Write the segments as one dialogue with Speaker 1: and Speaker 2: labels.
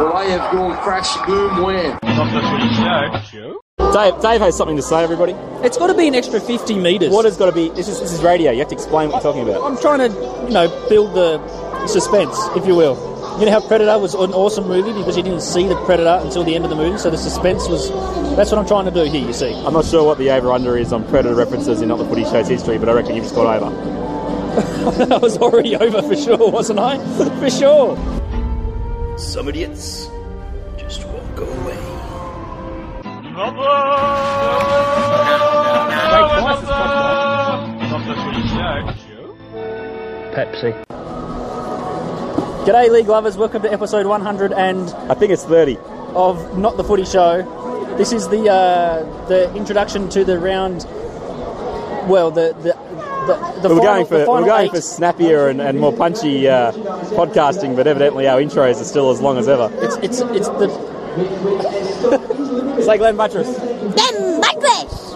Speaker 1: Well, I have gone crash, boom, wham.
Speaker 2: Dave, Dave has something to say, everybody.
Speaker 3: It's got to be an extra 50 metres.
Speaker 2: What has got to be? This is, this is radio. You have to explain what you're talking about.
Speaker 3: I'm trying to, you know, build the suspense, if you will. You know how Predator was an awesome movie because you didn't see the Predator until the end of the movie, so the suspense was. That's what I'm trying to do here. You see,
Speaker 2: I'm not sure what the over under is on Predator references in Not the Footy Show's history, but I reckon you've just got over.
Speaker 3: I was already over for sure, wasn't I? for sure.
Speaker 4: Some idiots just won't go away.
Speaker 3: Pepsi. G'day, league lovers. Welcome to episode 100 and
Speaker 2: I think it's 30.
Speaker 3: of Not the Footy Show. This is the uh, the introduction to the round. Well, the the the, the
Speaker 2: We're
Speaker 3: final,
Speaker 2: going
Speaker 3: the
Speaker 2: for
Speaker 3: final
Speaker 2: we're going
Speaker 3: eight.
Speaker 2: for snappier and, and more punchy uh, podcasting, but evidently our intros are still as long as ever.
Speaker 3: It's it's it's the
Speaker 2: It's like Glenn Buttress.
Speaker 5: Then Migrants!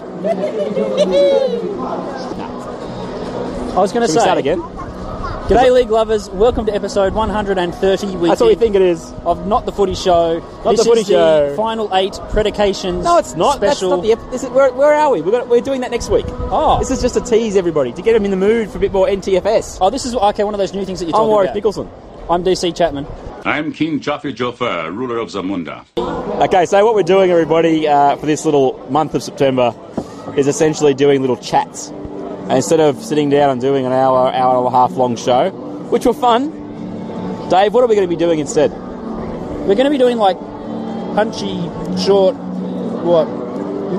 Speaker 3: I was going to
Speaker 2: Should we
Speaker 3: say
Speaker 2: start again?
Speaker 3: G'day, league lovers. Welcome to episode 130. We
Speaker 2: That's what we
Speaker 3: did
Speaker 2: think it is.
Speaker 3: of Not the Footy Show.
Speaker 2: Not
Speaker 3: this
Speaker 2: the Footy
Speaker 3: is
Speaker 2: Show.
Speaker 3: The final eight predications.
Speaker 2: No, it's not.
Speaker 3: Special.
Speaker 2: That's not the. Ep- this is, where, where are we? We're, gonna, we're doing that next week.
Speaker 3: Oh.
Speaker 2: this is just a tease, everybody, to get them in the mood for a bit more NTFS.
Speaker 3: Oh, this is okay. One of those new things that you're
Speaker 2: I'm
Speaker 3: talking
Speaker 2: Warwick
Speaker 3: about.
Speaker 2: Nicholson.
Speaker 3: I'm DC Chapman.
Speaker 6: I'm King Joffrey Joffer, ruler of Zamunda.
Speaker 2: Okay, so what we're doing, everybody, uh, for this little month of September, is essentially doing little chats. And instead of sitting down and doing an hour, hour and a half long show, which were fun, Dave, what are we going to be doing instead?
Speaker 3: We're going to be doing like punchy, short, what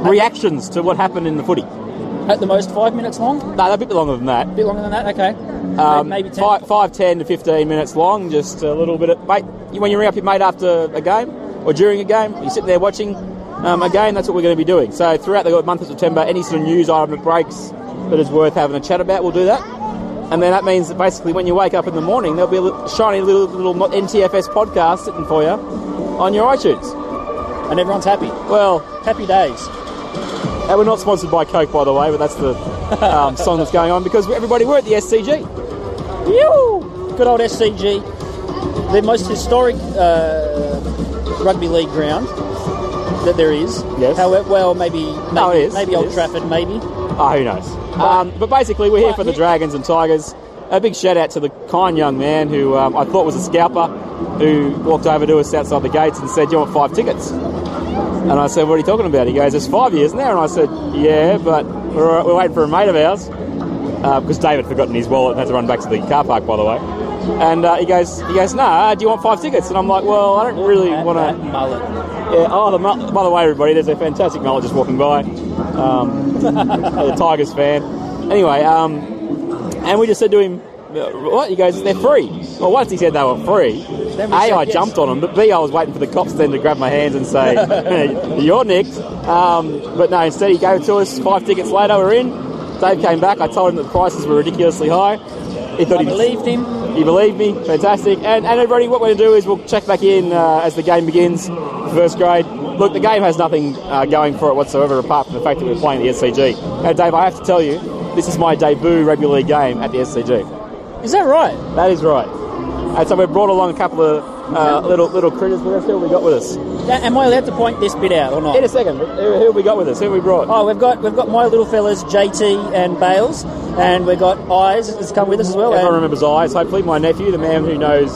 Speaker 2: Reactions to what happened in the footy. No,
Speaker 3: at the most five minutes long.
Speaker 2: they're a bit longer than that.
Speaker 3: A bit longer than that. Okay.
Speaker 2: Um,
Speaker 3: Maybe ten.
Speaker 2: Five, five, 10 to 15 minutes long, just a little bit of. Mate, you, when you ring up your mate after a game or during a game, you're sitting there watching um, a game, that's what we're going to be doing. So throughout the month of September, any sort of news item that breaks that is worth having a chat about, we'll do that. And then that means that basically when you wake up in the morning, there'll be a little, shiny little, little NTFS podcast sitting for you on your iTunes.
Speaker 3: And everyone's happy.
Speaker 2: Well,
Speaker 3: Happy days.
Speaker 2: and we're not sponsored by Coke, by the way, but that's the um, song that's going on because everybody, we're at the SCG.
Speaker 3: Yoo! Good old SCG, the most historic uh, rugby league ground that there is.
Speaker 2: Yes. Oh,
Speaker 3: However, well, maybe maybe,
Speaker 2: No, it is.
Speaker 3: maybe
Speaker 2: It
Speaker 3: Old
Speaker 2: is.
Speaker 3: Trafford, maybe.
Speaker 2: Oh, who knows? Um, but basically, we're here for the Dragons and Tigers. A big shout out to the kind young man who um, I thought was a scalper who walked over to us outside the gates and said, Do you want five tickets? And I said, What are you talking about? He goes, It's five years now. And I said, Yeah, but we're, we're waiting for a mate of ours uh, because David had forgotten his wallet and had to run back to the car park, by the way. And uh, he goes, he goes, nah, do you want five tickets? And I'm like, well, I don't really
Speaker 3: That-
Speaker 2: want
Speaker 3: that
Speaker 2: to.
Speaker 3: mullet.
Speaker 2: Yeah, oh, the, mul- by the way, everybody, there's a fantastic mullet just walking by. Um, a Tigers fan. Anyway, um, and we just said to him, uh, what? He goes, they're free. Well, once he said they were free, A,
Speaker 3: Then we
Speaker 2: I
Speaker 3: said yes.
Speaker 2: jumped on him, but B, I was waiting for the cops then to grab my hands and say, "Hey, you're nicked. Um, but no, instead he gave it to us. Five tickets later, we're in. Dave came back. I told him that the prices were ridiculously high. He thought he'd-
Speaker 3: I believed him.
Speaker 2: you believe me? Fantastic. And, and everybody, what we're going to do is we'll check back in uh, as the game begins, first grade. Look, the game has nothing uh, going for it whatsoever apart from the fact that we're playing the SCG. Now, Dave, I have to tell you, this is my debut rugby league game at the SCG.
Speaker 3: Is that right?
Speaker 2: That is right. And so we've brought along a couple of uh, little little critters with us. Who have we got with us?
Speaker 3: Now, am I allowed to point this bit out or not?
Speaker 2: In a second, who, who have we got with us? Who have we brought?
Speaker 3: Oh, we've got we've got my little fellas JT and Bales, and we've got Eyes that's come with us as well.
Speaker 2: Everyone
Speaker 3: and-
Speaker 2: remembers eyes. Hopefully, my nephew, the man who knows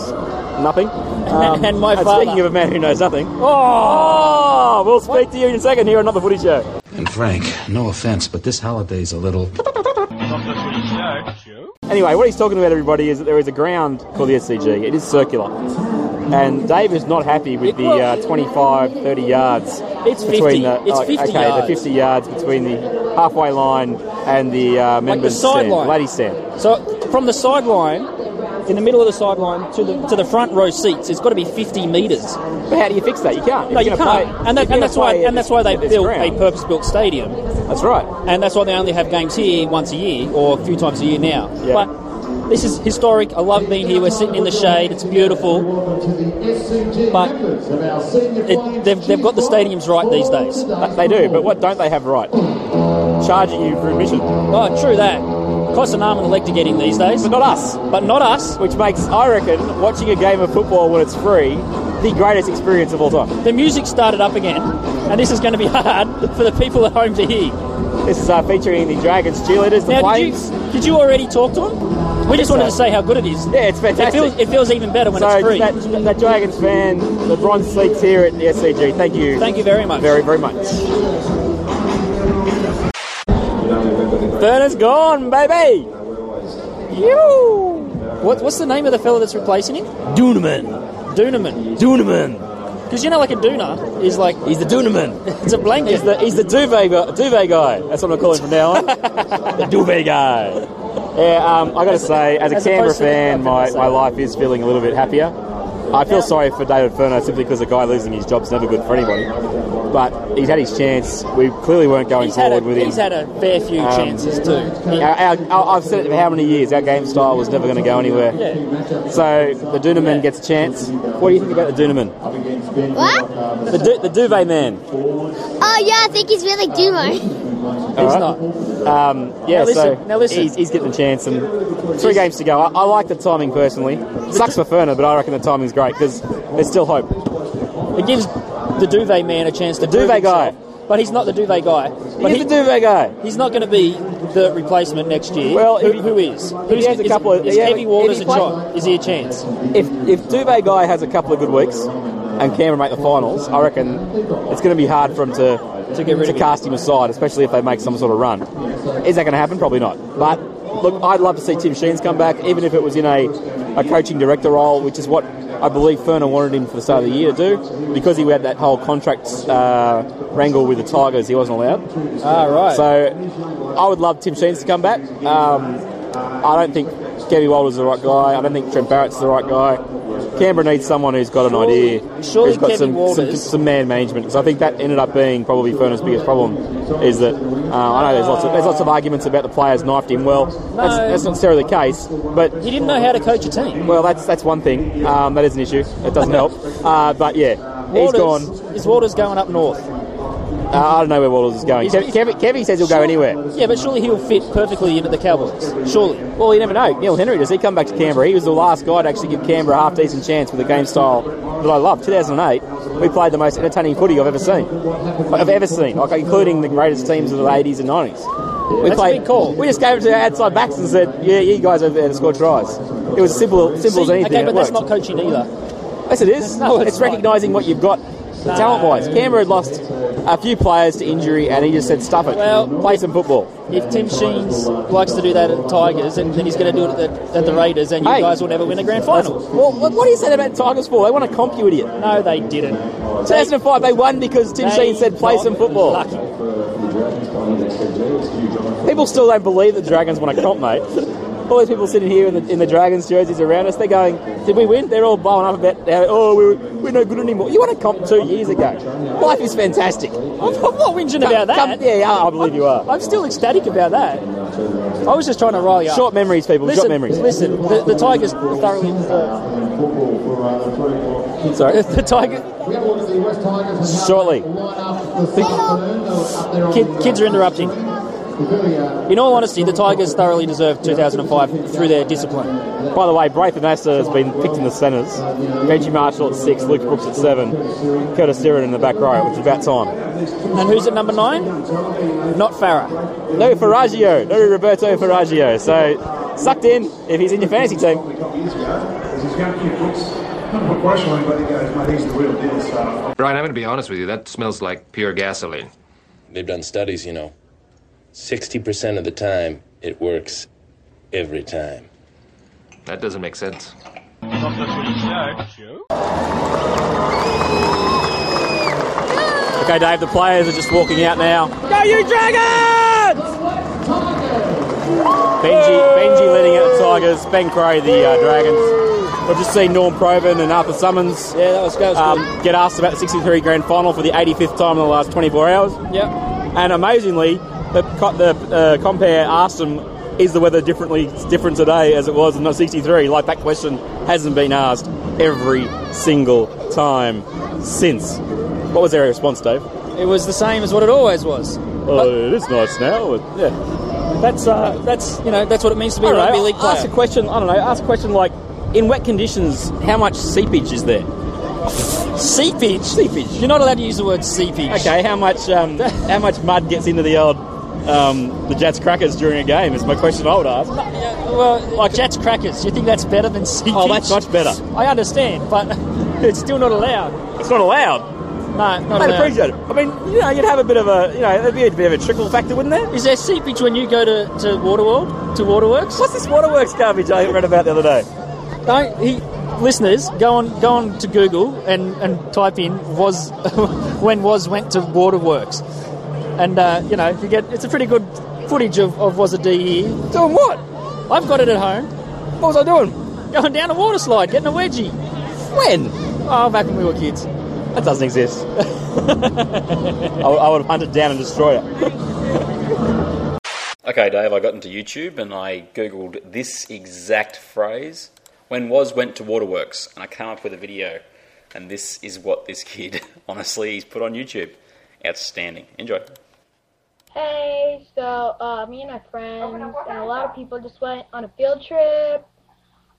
Speaker 2: nothing, Um,
Speaker 3: And my father.
Speaker 2: Speaking of a man who knows nothing,
Speaker 3: oh,
Speaker 2: oh, we'll speak to you in a second here on another footy show.
Speaker 7: And Frank, no offense, but this holiday's a little.
Speaker 2: Anyway, what he's talking about, everybody, is that there is a ground called the SCG. It is circular. And Dave is not happy with the uh, 25, 30 yards.
Speaker 3: It's 50. It's 50
Speaker 2: oh, okay,
Speaker 3: yards.
Speaker 2: the 50 yards between the halfway line and the uh, members'
Speaker 3: sideline.
Speaker 2: stand, ladies' stand.
Speaker 3: so from the sideline, in the middle of the sideline to the to the front row seats, it's got to be fifty meters.
Speaker 2: But how do you fix that? You can't.
Speaker 3: No,
Speaker 2: If
Speaker 3: you
Speaker 2: you're
Speaker 3: can't,
Speaker 2: gonna play-
Speaker 3: and,
Speaker 2: if you're
Speaker 3: that, and
Speaker 2: gonna
Speaker 3: that's why
Speaker 2: play
Speaker 3: and that's why they
Speaker 2: at this
Speaker 3: built
Speaker 2: ground.
Speaker 3: a purpose-built stadium,
Speaker 2: That's right.
Speaker 3: and that's why they only have games here once a year or a few times a year now.
Speaker 2: Yeah.
Speaker 3: But this is historic. I love being here. We're sitting in the shade. It's beautiful. But it, they've, they've got the stadiums right these days.
Speaker 2: But They do, but what don't they have right? Charging you for admission.
Speaker 3: Oh, true that. Costs an arm and a leg to get in these days,
Speaker 2: But not us.
Speaker 3: but not us.
Speaker 2: Which makes, I reckon, watching a game of football when it's free, the greatest experience of all time.
Speaker 3: The music started up again, and this is going to be hard for the people at home to hear.
Speaker 2: This is uh, featuring the Dragons cheerleaders, the
Speaker 3: Now, did
Speaker 2: Flames.
Speaker 3: you, did you already talk to him? We just wanted to
Speaker 2: so.
Speaker 3: say how good it is.
Speaker 2: Yeah, it's
Speaker 3: It
Speaker 2: fantastic.
Speaker 3: feels, it feels even better when
Speaker 2: so
Speaker 3: it's free.
Speaker 2: that, that Dragons fan, the Bronze Sleeks here at the SCG, thank you
Speaker 3: Thank you very much.
Speaker 2: very, very much. Third is gone, baby! You!
Speaker 3: What, what's the name of the fella that's replacing him?
Speaker 8: Duneman.
Speaker 3: Duneman.
Speaker 8: Duneman.
Speaker 3: Because you know, like a doona is like
Speaker 8: He's the Duneman.
Speaker 3: it's a blanket.
Speaker 2: He's the, he's the duvet, gu- duvet guy. That's what I'm calling from now on. the duvet guy. Yeah, um, I got to say, as a
Speaker 3: as
Speaker 2: Canberra
Speaker 3: opposed to the
Speaker 2: fan, my,
Speaker 3: Falcons,
Speaker 2: my
Speaker 3: so-
Speaker 2: life is feeling a little bit happier. I feel sorry for David Furno simply because a guy losing his job's never good for anybody. But he's had his chance. We clearly weren't going
Speaker 3: he's had,
Speaker 2: forward
Speaker 3: a,
Speaker 2: with him.
Speaker 3: he's had a fair few
Speaker 2: Um,
Speaker 3: chances too.
Speaker 2: Our, our, our, I've said it for how many years, our game style was never going to go anywhere.
Speaker 3: Yeah.
Speaker 2: So the Dunaman gets a chance. What do you think about the Dunaman?
Speaker 5: What?
Speaker 2: The, du- the Duvet Man.
Speaker 5: Oh yeah, I think he's really Dumo.
Speaker 2: All right.
Speaker 3: not.
Speaker 2: Um, yeah,
Speaker 3: Now listen,
Speaker 2: so
Speaker 3: now listen.
Speaker 2: He's, he's getting a chance and three games to go. I, I like the timing personally. Sucks for Ferner, but I reckon the timing's great because there's still hope.
Speaker 3: It gives the duvet man a chance to the
Speaker 2: duvet guy.
Speaker 3: but he's not the duvet guy. But
Speaker 2: He's
Speaker 3: he-
Speaker 2: the Duvet guy.
Speaker 3: He's not going to be the replacement next year.
Speaker 2: Well,
Speaker 3: who,
Speaker 2: if-
Speaker 3: who is?
Speaker 2: he
Speaker 3: Who's-
Speaker 2: has a
Speaker 3: is,
Speaker 2: couple of-
Speaker 3: is
Speaker 2: yeah,
Speaker 3: Heavy
Speaker 2: if
Speaker 3: Waters
Speaker 2: he
Speaker 3: a
Speaker 2: play-
Speaker 3: chance? Is he a chance?
Speaker 2: If, if Duvet guy has a couple of good weeks and Canberra make the finals, I reckon it's going to be hard for him to,
Speaker 3: To get rid
Speaker 2: to
Speaker 3: of him.
Speaker 2: cast him aside, especially if they make some sort of run. Is that going to happen? Probably not. But look, I'd love to see Tim Sheens come back, even if it was in a, a coaching director role, which is what I believe Ferner wanted him for the start of the year to do, because he had that whole contract uh, wrangle with the Tigers, he wasn't allowed.
Speaker 3: Ah, right.
Speaker 2: So I would love Tim Sheens to come back. Um, I don't think Gabby Walder's the right guy. I don't think Trent Barrett's the right guy. Canberra needs someone who's got an
Speaker 3: Surely-
Speaker 2: idea,
Speaker 3: surely
Speaker 2: who's got
Speaker 3: Kevin
Speaker 2: some, some,
Speaker 3: Walters-
Speaker 2: some man management. Because I think that ended up being probably Ferner's biggest problem is that uh, I know there's lots of there's lots of arguments about the players knifed him. Well, that's,
Speaker 3: No.
Speaker 2: that's not necessarily the case, but
Speaker 3: he didn't know how to coach a team.
Speaker 2: well, that's that's one thing. Um, that is an issue. It doesn't help. Uh, but yeah, he's
Speaker 3: Waters,
Speaker 2: gone.
Speaker 3: Is Waters going up north?
Speaker 2: Uh, I don't know where Walters is going.
Speaker 3: He's-
Speaker 2: Kev, Kev, Kevy says he'll go
Speaker 3: Sure-
Speaker 2: anywhere.
Speaker 3: Yeah, but surely he'll fit perfectly in at the Cowboys. Surely.
Speaker 2: Well, you never know. Neil Henry, does he come back to Canberra? He was the last guy to actually give Canberra a half decent chance with a game style that I love. 2008, we played the most entertaining footy I've ever seen. I've ever seen, like including the greatest teams of the 80s and 90s. We
Speaker 3: That's a
Speaker 2: played.
Speaker 3: big call.
Speaker 2: We just gave it to our outside backs and said, "Yeah, you guys over there to score tries." It was simple, simple as
Speaker 3: See,
Speaker 2: anything.
Speaker 3: okay,
Speaker 2: and
Speaker 3: but
Speaker 2: it
Speaker 3: that's
Speaker 2: worked.
Speaker 3: not coaching either.
Speaker 2: Yes, it is.
Speaker 3: No,
Speaker 2: it's
Speaker 3: it's not.
Speaker 2: recognising what you've got talent wise. Canberra had lost a few players to injury, and he just said, "Stuff it,
Speaker 3: Well-
Speaker 2: play some football."
Speaker 3: If Tim Sheens likes to do that at the Tigers, then, then he's going to do it at the, at the Raiders, and you
Speaker 2: Hey.
Speaker 3: guys will never win a grand
Speaker 2: That's-
Speaker 3: final.
Speaker 2: Well, what what do you say about Tigers for? They want to comp you, idiot.
Speaker 3: No, they didn't.
Speaker 2: 2005, they won because Tim Sheens said play some football.
Speaker 3: Lucky.
Speaker 2: People still don't believe the Dragons won a comp, mate. All these people sitting here in the, in the Dragons jerseys around us, they're going, did we win? They're all blowing up about, how, oh, we're, we're no good anymore. You won a comp two years ago. Life is fantastic.
Speaker 3: I'm, I'm not whinging about that.
Speaker 2: Come- yeah, yeah, I believe you are.
Speaker 3: I'm still ecstatic about that. I was just trying to rile you up.
Speaker 2: Short memories, people,
Speaker 3: listen,
Speaker 2: short memories.
Speaker 3: Listen, the, the Tigers thoroughly deserve.
Speaker 2: Sorry.
Speaker 3: The Tiger
Speaker 2: Shortly.
Speaker 3: kid, kids are interrupting. In all honesty, the Tigers thoroughly deserved 2005 through their discipline.
Speaker 2: By the way, Braithen Asta has been picked in the centres. Reggie Marshall at six, Luke Brooks at seven, Curtis Stewart in the back row, which is about time.
Speaker 3: And who's at number nine? Not Farah.
Speaker 2: No Faraggio, no Roberto Faraggio. So sucked in if he's in your fantasy team.
Speaker 9: He's got a few books. Not put pressure on anybody, guys, but he's the real deal, so.
Speaker 10: Brian, I'm going to be honest with you. That smells like pure gasoline.
Speaker 11: They've done studies, you know. 60% of the time, it works every time.
Speaker 10: That doesn't make sense.
Speaker 2: Okay, Dave, the players are just walking out now. Go, you Dragons! Benji, Benji leading out the Tigers, Ben Crow the uh, Dragons. We've just seen Norm Proven and Arthur Summons
Speaker 3: Yeah, that was, that was
Speaker 2: um, get asked about the 63 grand final for the 85th time in the last 24 hours.
Speaker 3: good. Yep.
Speaker 2: And amazingly, the, co- the uh, compare asked him, is the weather differently different today as it was in 63? Like, that question hasn't been asked every single time since. What was their response, Dave?
Speaker 3: It was the same as what it always was.
Speaker 2: Oh, it is nice now. Yeah.
Speaker 3: That's uh, that's you know that's what it means to be
Speaker 2: I
Speaker 3: a
Speaker 2: don't know,
Speaker 3: rugby league player.
Speaker 2: Ask a question. I don't know. Ask a question like, in wet conditions, how much seepage is there?
Speaker 3: seepage,
Speaker 2: seepage.
Speaker 3: You're not allowed to use the word seepage.
Speaker 2: Okay, how much um, how much mud gets into the old um, the Jets crackers during a game? Is my question I would ask.
Speaker 3: Well, like Jets crackers. You think that's better than seepage?
Speaker 2: Oh, that's much better.
Speaker 3: I understand, but it's still not allowed.
Speaker 2: It's not allowed.
Speaker 3: No, not
Speaker 2: I'd
Speaker 3: allowed.
Speaker 2: appreciate it. I mean, you know, you'd have a bit of a you know, there'd be a bit of a trickle factor, wouldn't there?
Speaker 3: Is there seepage when you go to, to Waterworld to Waterworks?
Speaker 2: What's this waterworks garbage I read about the other day?
Speaker 3: No, he, listeners, go on, go on to Google and, and type in was when was went to Waterworks, and uh, you know you get it's a pretty good footage of, of was a DE.
Speaker 2: Doing what?
Speaker 3: I've got it at home,
Speaker 2: What was I doing?
Speaker 3: going down a water slide, getting a wedgie.
Speaker 2: When?
Speaker 3: Oh, back when we were kids.
Speaker 2: That doesn't exist. I, I would hunt it down and destroy it.
Speaker 12: Okay, Dave, I got into YouTube and I googled this exact phrase when was went to waterworks and I came up with a video and this is what this kid honestly he's put on YouTube. Outstanding. Enjoy.
Speaker 13: Hey, so uh, me and my friends and a lot of people just went on a field trip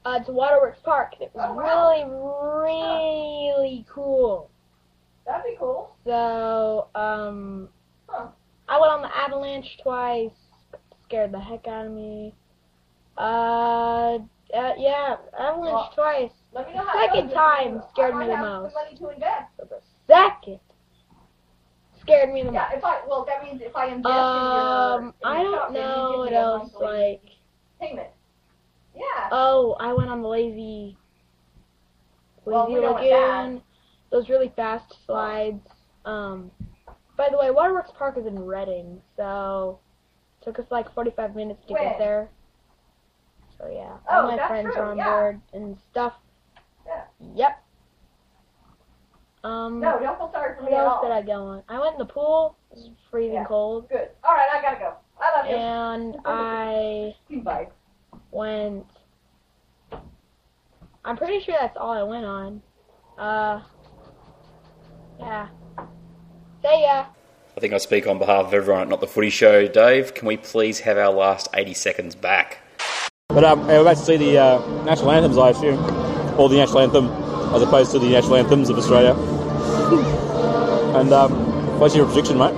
Speaker 13: uh, to Waterworks Park. and It was really, really cool. That'd be cool. So um, I went on the avalanche twice. Scared the heck out of me. Uh, uh yeah, avalanche twice. Second time scared me the most. Second scared me the most.
Speaker 14: if I well, that means if I ingest
Speaker 13: Um, I don't know what else. Like,
Speaker 14: pigment. Yeah.
Speaker 13: oh, I went on the lazy, lazy
Speaker 14: Well, we know what that-
Speaker 13: lagoon. Those really fast slides. Um, by the way, Waterworks Park is in Reading, so took us like 45 minutes to
Speaker 14: When?
Speaker 13: get there. So yeah,
Speaker 14: Oh,
Speaker 13: all my
Speaker 14: that's
Speaker 13: friends
Speaker 14: true,
Speaker 13: are on
Speaker 14: yeah.
Speaker 13: board and stuff.
Speaker 14: Yeah.
Speaker 13: Yep. Um,
Speaker 14: No, don't feel sorry for
Speaker 13: what
Speaker 14: me at
Speaker 13: else
Speaker 14: all.
Speaker 13: did I go on? I went in the pool. It was freezing
Speaker 14: Yeah.
Speaker 13: cold.
Speaker 14: Good. All right, I gotta go. I love you.
Speaker 13: and I
Speaker 14: Bye.
Speaker 13: went. I'm pretty sure that's all I went on. Uh, yeah. See ya.
Speaker 12: I think I speak on behalf of everyone at Not the Footy Show. Dave, can we please have our last 80 seconds back?
Speaker 2: But um, we're about to see the uh, national anthems, I assume, or the national anthem, as opposed to the national anthems of Australia. and um, what's your prediction, mate?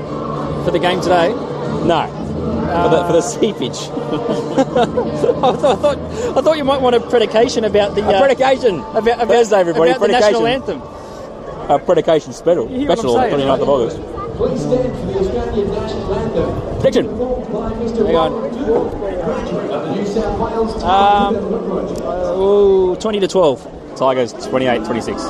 Speaker 3: For the game today, Uh,
Speaker 2: No, for, the, for the seepage.
Speaker 3: I thought, I thought I thought you might want a predication about the
Speaker 2: A
Speaker 3: uh,
Speaker 2: predication
Speaker 3: about, about
Speaker 2: Thursday, everybody,
Speaker 3: about the national
Speaker 2: predication.
Speaker 3: anthem.
Speaker 2: A Uh, predication special,
Speaker 3: You hear what I'm
Speaker 2: special on the
Speaker 3: saying?
Speaker 2: 29th of August.
Speaker 15: Please stand for the Australian national anthem,
Speaker 2: Prediction.
Speaker 15: performed by Mr.
Speaker 3: Hang on.
Speaker 15: Robert Dool, graduate of the New South Wales team.
Speaker 3: Um, ooh, 20 to 12.
Speaker 2: Tigers 28 26.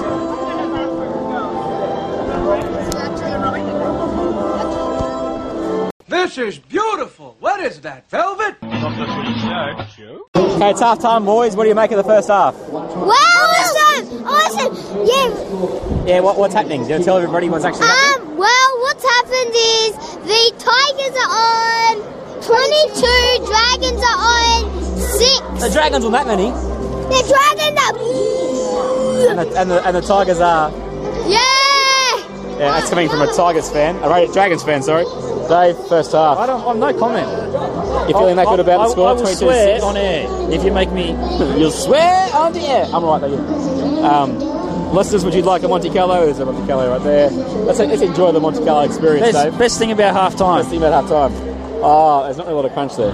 Speaker 16: This is beautiful. What is that, velvet?
Speaker 2: Okay, it's half time, boys. What do you make of the first half?
Speaker 5: Wow, awesome! Awesome! Yeah,
Speaker 2: Yeah, what, what's happening? You tell everybody what's actually happening.
Speaker 5: Um, well, what's happened is the Tigers are on 22, Dragons are on 6.
Speaker 2: The Dragons were that many,
Speaker 5: The Dragons are.
Speaker 2: and the, and the, and the Tigers are.
Speaker 5: Yeah!
Speaker 2: Yeah, that's coming from a Tigers fan. A Ra- Dragons fan, sorry. Dave, first half. I
Speaker 3: don't. I'm no comment.
Speaker 2: You feeling that good about
Speaker 3: I,
Speaker 2: the score?
Speaker 3: I, I will
Speaker 2: 22
Speaker 3: swear
Speaker 2: 6?
Speaker 3: on air if you make me.
Speaker 2: You'll swear on the air. I'm right there. yeah. Um, listeners, would you like a Monte Carlo? There's a Monte Carlo right there. Let's, let's enjoy the Monte Carlo experience,
Speaker 3: Best-
Speaker 2: Dave. Best thing about half time. Best thing about half time. Oh, there's not really a lot of crunch there.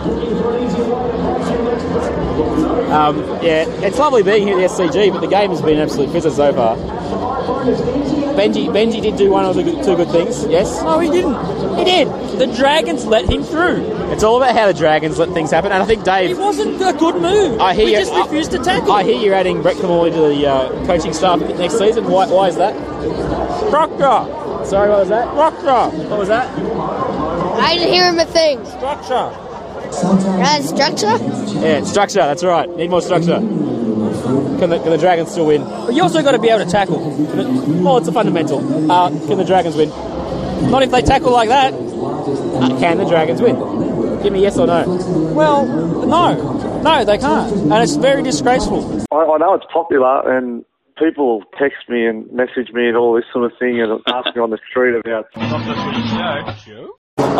Speaker 2: Um, yeah, it's lovely being here at the SCG, but the game has been an absolute fizzle so far. Benji, Benji did do one or two good, two good things. Yes.
Speaker 3: No, he didn't. He did. The Dragons let him through.
Speaker 2: It's all about how the Dragons let things happen, and I think Dave.
Speaker 3: It wasn't a good move.
Speaker 2: I hear
Speaker 3: we
Speaker 2: you-
Speaker 3: just
Speaker 2: I-
Speaker 3: refused to tackle.
Speaker 2: I hear you're adding Brett Kamali to the uh, coaching staff next season. Why, why is that? Proctor. Sorry, what was that? Proctor. What was that?
Speaker 5: I didn't hear him a thing.
Speaker 2: Structure.
Speaker 5: Uh, structure?
Speaker 2: Yeah, structure. That's right. Need more structure. Can the, can the Dragons still win?
Speaker 3: But you also got to be able to tackle.
Speaker 2: Well, it's a fundamental. Uh, can the Dragons win?
Speaker 3: Not if they tackle like that.
Speaker 2: Uh, can the Dragons win? Give me yes or no.
Speaker 3: Well, no, no, they can't, and it's very disgraceful.
Speaker 17: I, I know it's popular and people text me and message me and all this sort of thing and ask me on the street about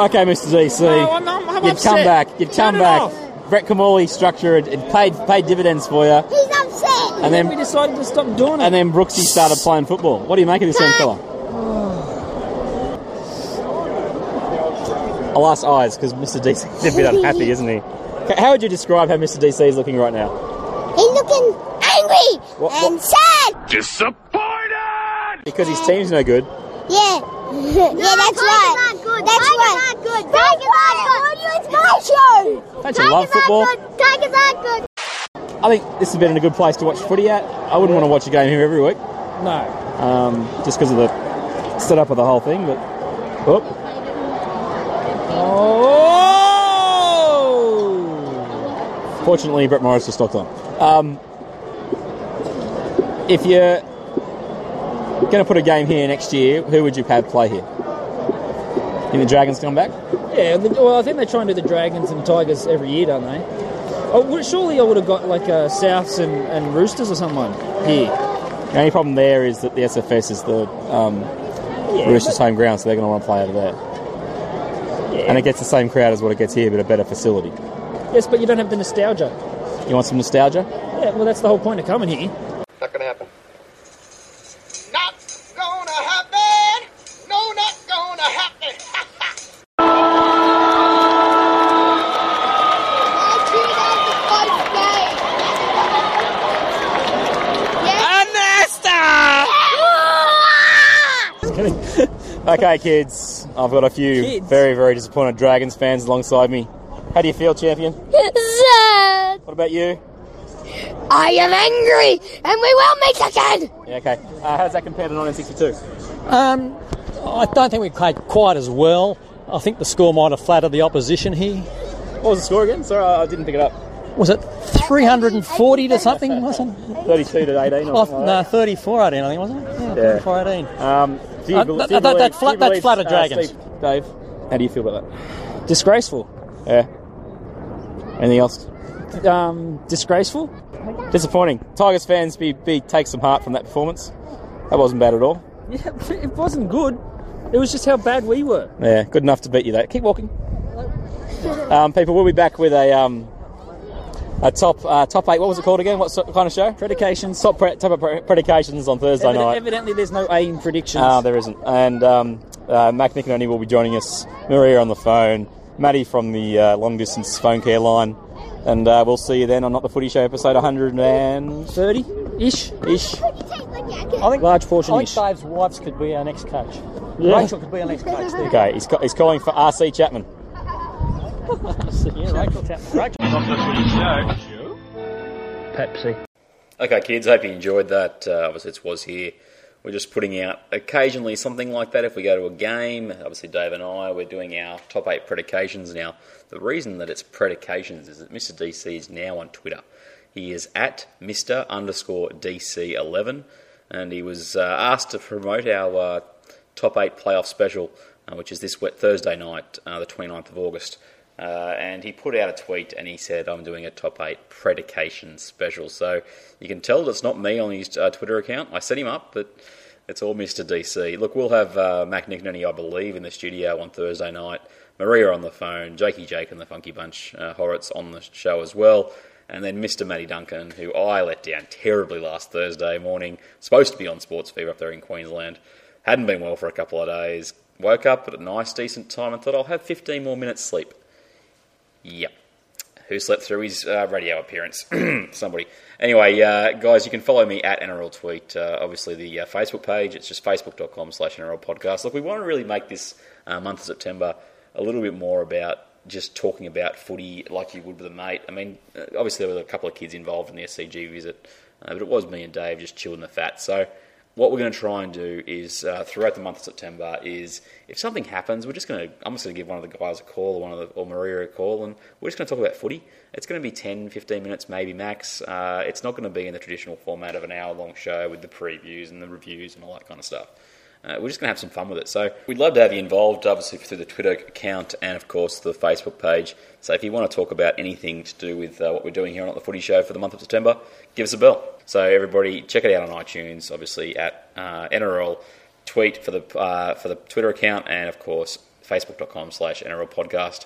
Speaker 2: Okay, Mr. DC.
Speaker 3: No, I'm- I'm-
Speaker 2: you'd
Speaker 3: I'm
Speaker 2: come
Speaker 3: upset.
Speaker 2: back. You'd come
Speaker 3: No, no,
Speaker 2: back. Brett Kamali structured it paid paid dividends for you.
Speaker 5: He's upset.
Speaker 2: And then- We
Speaker 3: decided to stop doing
Speaker 2: And then Brooksy started playing football. What do you make of this young fella? Alas, eyes, because Mr. DC's a bit unhappy, isn't he? Okay, How would you describe how Mr. DC is looking right now?
Speaker 5: He's looking angry and sad.
Speaker 2: Because his team's no good.
Speaker 5: Yeah. yeah, that's right. That's right. good. That's right. It's my show.
Speaker 2: Don't you love football?
Speaker 5: Tigers aren't good.
Speaker 2: I think this has been a good place to watch footy at. I wouldn't want to watch a game here every week,
Speaker 3: No.
Speaker 2: um, just because of the setup of the whole thing. But oh,
Speaker 3: Oh!
Speaker 2: fortunately, Brett Morris just stopped on. Um, if you're going to put a game here next year, who would you have play here? Think the Dragons come back?
Speaker 3: Yeah, the- well, I think they try and do the Dragons and Tigers every year, don't they? Oh, well, surely I would have got like uh, Souths and, and Roosters or someone here.
Speaker 2: The only problem there is that the SFS is the um,
Speaker 3: Yeah,
Speaker 2: Roosters'
Speaker 3: but-
Speaker 2: home ground, so they're going to want to play over there. And it gets the same crowd as what it gets here, but a better facility.
Speaker 3: Yes, but you don't have the nostalgia.
Speaker 2: You want some nostalgia?
Speaker 3: Yeah, well, that's the whole point of coming here.
Speaker 18: Not gonna happen. Not gonna happen. No, not gonna happen.
Speaker 2: okay, kids, I've got a few
Speaker 5: Kids.
Speaker 2: very, very disappointed Dragons fans alongside me. How do you feel, champion?
Speaker 5: Sad.
Speaker 2: What about you?
Speaker 5: I am angry, and we will meet again.
Speaker 2: Yeah, okay. Uh, how's that compared to 1962?
Speaker 19: Um, I don't think we played quite as well. I think the score might have flattered the opposition here.
Speaker 2: What was the score again? Sorry, I I didn't pick it up.
Speaker 19: Was it 340 to something, wasn't it?
Speaker 2: 32 to 18 or
Speaker 19: Oh,
Speaker 2: something like
Speaker 19: no,
Speaker 2: that.
Speaker 19: 34 18, I think, wasn't it? Yeah, 34 18.
Speaker 2: Um, do you
Speaker 19: Uh,
Speaker 2: bel-
Speaker 19: that-
Speaker 2: do you
Speaker 19: that- that
Speaker 2: believe-
Speaker 19: flat-
Speaker 2: do
Speaker 19: that
Speaker 2: you believe-
Speaker 19: flatter
Speaker 2: uh,
Speaker 19: Dragons.
Speaker 2: Steve, Dave, how do you feel about that?
Speaker 3: Disgraceful.
Speaker 2: Yeah. Anything else?
Speaker 3: Um, disgraceful.
Speaker 2: Disappointing. Tigers fans, be, be take some heart from that performance. That wasn't bad at all.
Speaker 3: Yeah, but it wasn't good. It was just how bad we were.
Speaker 2: Yeah, good enough to beat you though. Keep walking. Um, people, we'll be back with a um, a top uh, top eight. What was it called again? What sort- kind of show? Predications. Top pre- top of pre- predications on Thursday
Speaker 3: Evid-
Speaker 2: night.
Speaker 3: Evidently, there's no aim predictions.
Speaker 2: Ah, there isn't. And um, uh, Mac McInerney will be joining us. Maria on the phone. Maddie from the uh, long distance phone care line. And uh, we'll see you then on Not the Footy Show episode 130
Speaker 3: ish.
Speaker 2: Ish.
Speaker 19: I think,
Speaker 2: Large portion
Speaker 19: I think
Speaker 2: ish.
Speaker 19: Dave's wives could be our next coach.
Speaker 2: Yeah.
Speaker 19: Rachel could be our next coach. There.
Speaker 2: Okay, he's, ca- he's calling for RC Chapman.
Speaker 19: yeah, Rachel. Rachel.
Speaker 3: Pepsi.
Speaker 12: Okay, kids, hope you enjoyed that. Uh, obviously, it's was here. We're just putting out occasionally something like that. If we go to a game, obviously Dave and I, we're doing our top eight predications now. The reason that it's predications is that Mr. DC is now on Twitter. He is at Mr. underscore DC11, and he was uh, asked to promote our uh, top eight playoff special, uh, which is this wet Thursday night, uh, the 29th of August. Uh, and he put out a tweet and he said, I'm doing a top eight predication special. So you can tell that it's not me on his uh, Twitter account. I set him up, but it's all Mr. DC. Look, we'll have uh, Mac Nicknany, I believe, in the studio on Thursday night. Maria on the phone, Jakey Jake and the Funky Bunch, uh, Horitz on the show as well. And then Mr. Matty Duncan, who I let down terribly last Thursday morning. Supposed to be on Sports Fever up there in Queensland. Hadn't been well for a couple of days. Woke up at a nice, decent time and thought I'll have 15 more minutes sleep. Yep. Who slept through his uh, radio appearance? Somebody. Anyway, uh, guys, you can follow me at NRL Tweet. Uh, obviously, the uh, Facebook page, it's just facebook.com slash NRL Podcast. Look, we want to really make this uh, month of September a little bit more about just talking about footy like you would with a mate. I mean, uh, obviously, there were a couple of kids involved in the SCG visit, uh, but it was me and Dave just chilling the fat. So, what we're going to try and do is uh, throughout the month of September is if something happens, we're just going to I'm just going to give one of the guys a call or one of the, or Maria a call, and we're just going to talk about footy. It's going to be 10, 15 minutes maybe max. Uh, it's not going to be in the traditional format of an hour long show with the previews and the reviews and all that kind of stuff. Uh, we're just going to have some fun with it. So we'd love to have you involved, obviously, through the Twitter account and, of course, the Facebook page. So if you want to talk about anything to do with uh, what we're doing here on Not the Footy Show for the month of September, give us a bell. So everybody, check it out on iTunes,
Speaker 3: uh,
Speaker 12: obviously, at uh, NRL tweet for the uh, for the Twitter account and, of course,
Speaker 3: facebook.com slash NRL podcast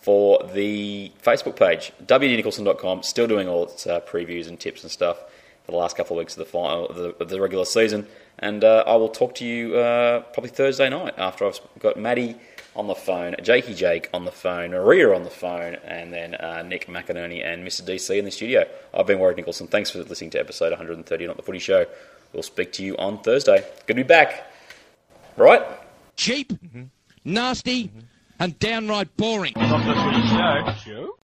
Speaker 3: for the Facebook page, wdnicholson.com. Still doing all its uh, previews and tips and stuff for the last couple of weeks of the final of the, of the regular season. And uh, I will talk to you uh, probably Thursday night after I've got Maddie on the phone, Jakey Jake on the phone, Maria on the phone, and then uh, Nick McInerney and Mr. DC in the studio. I've been Warwick Nicholson. Thanks for listening to episode 130 Not the Footy Show. We'll speak to you on Thursday. Good to be back. Right?
Speaker 20: Cheap, nasty, and downright boring.
Speaker 21: Not the Footy Show.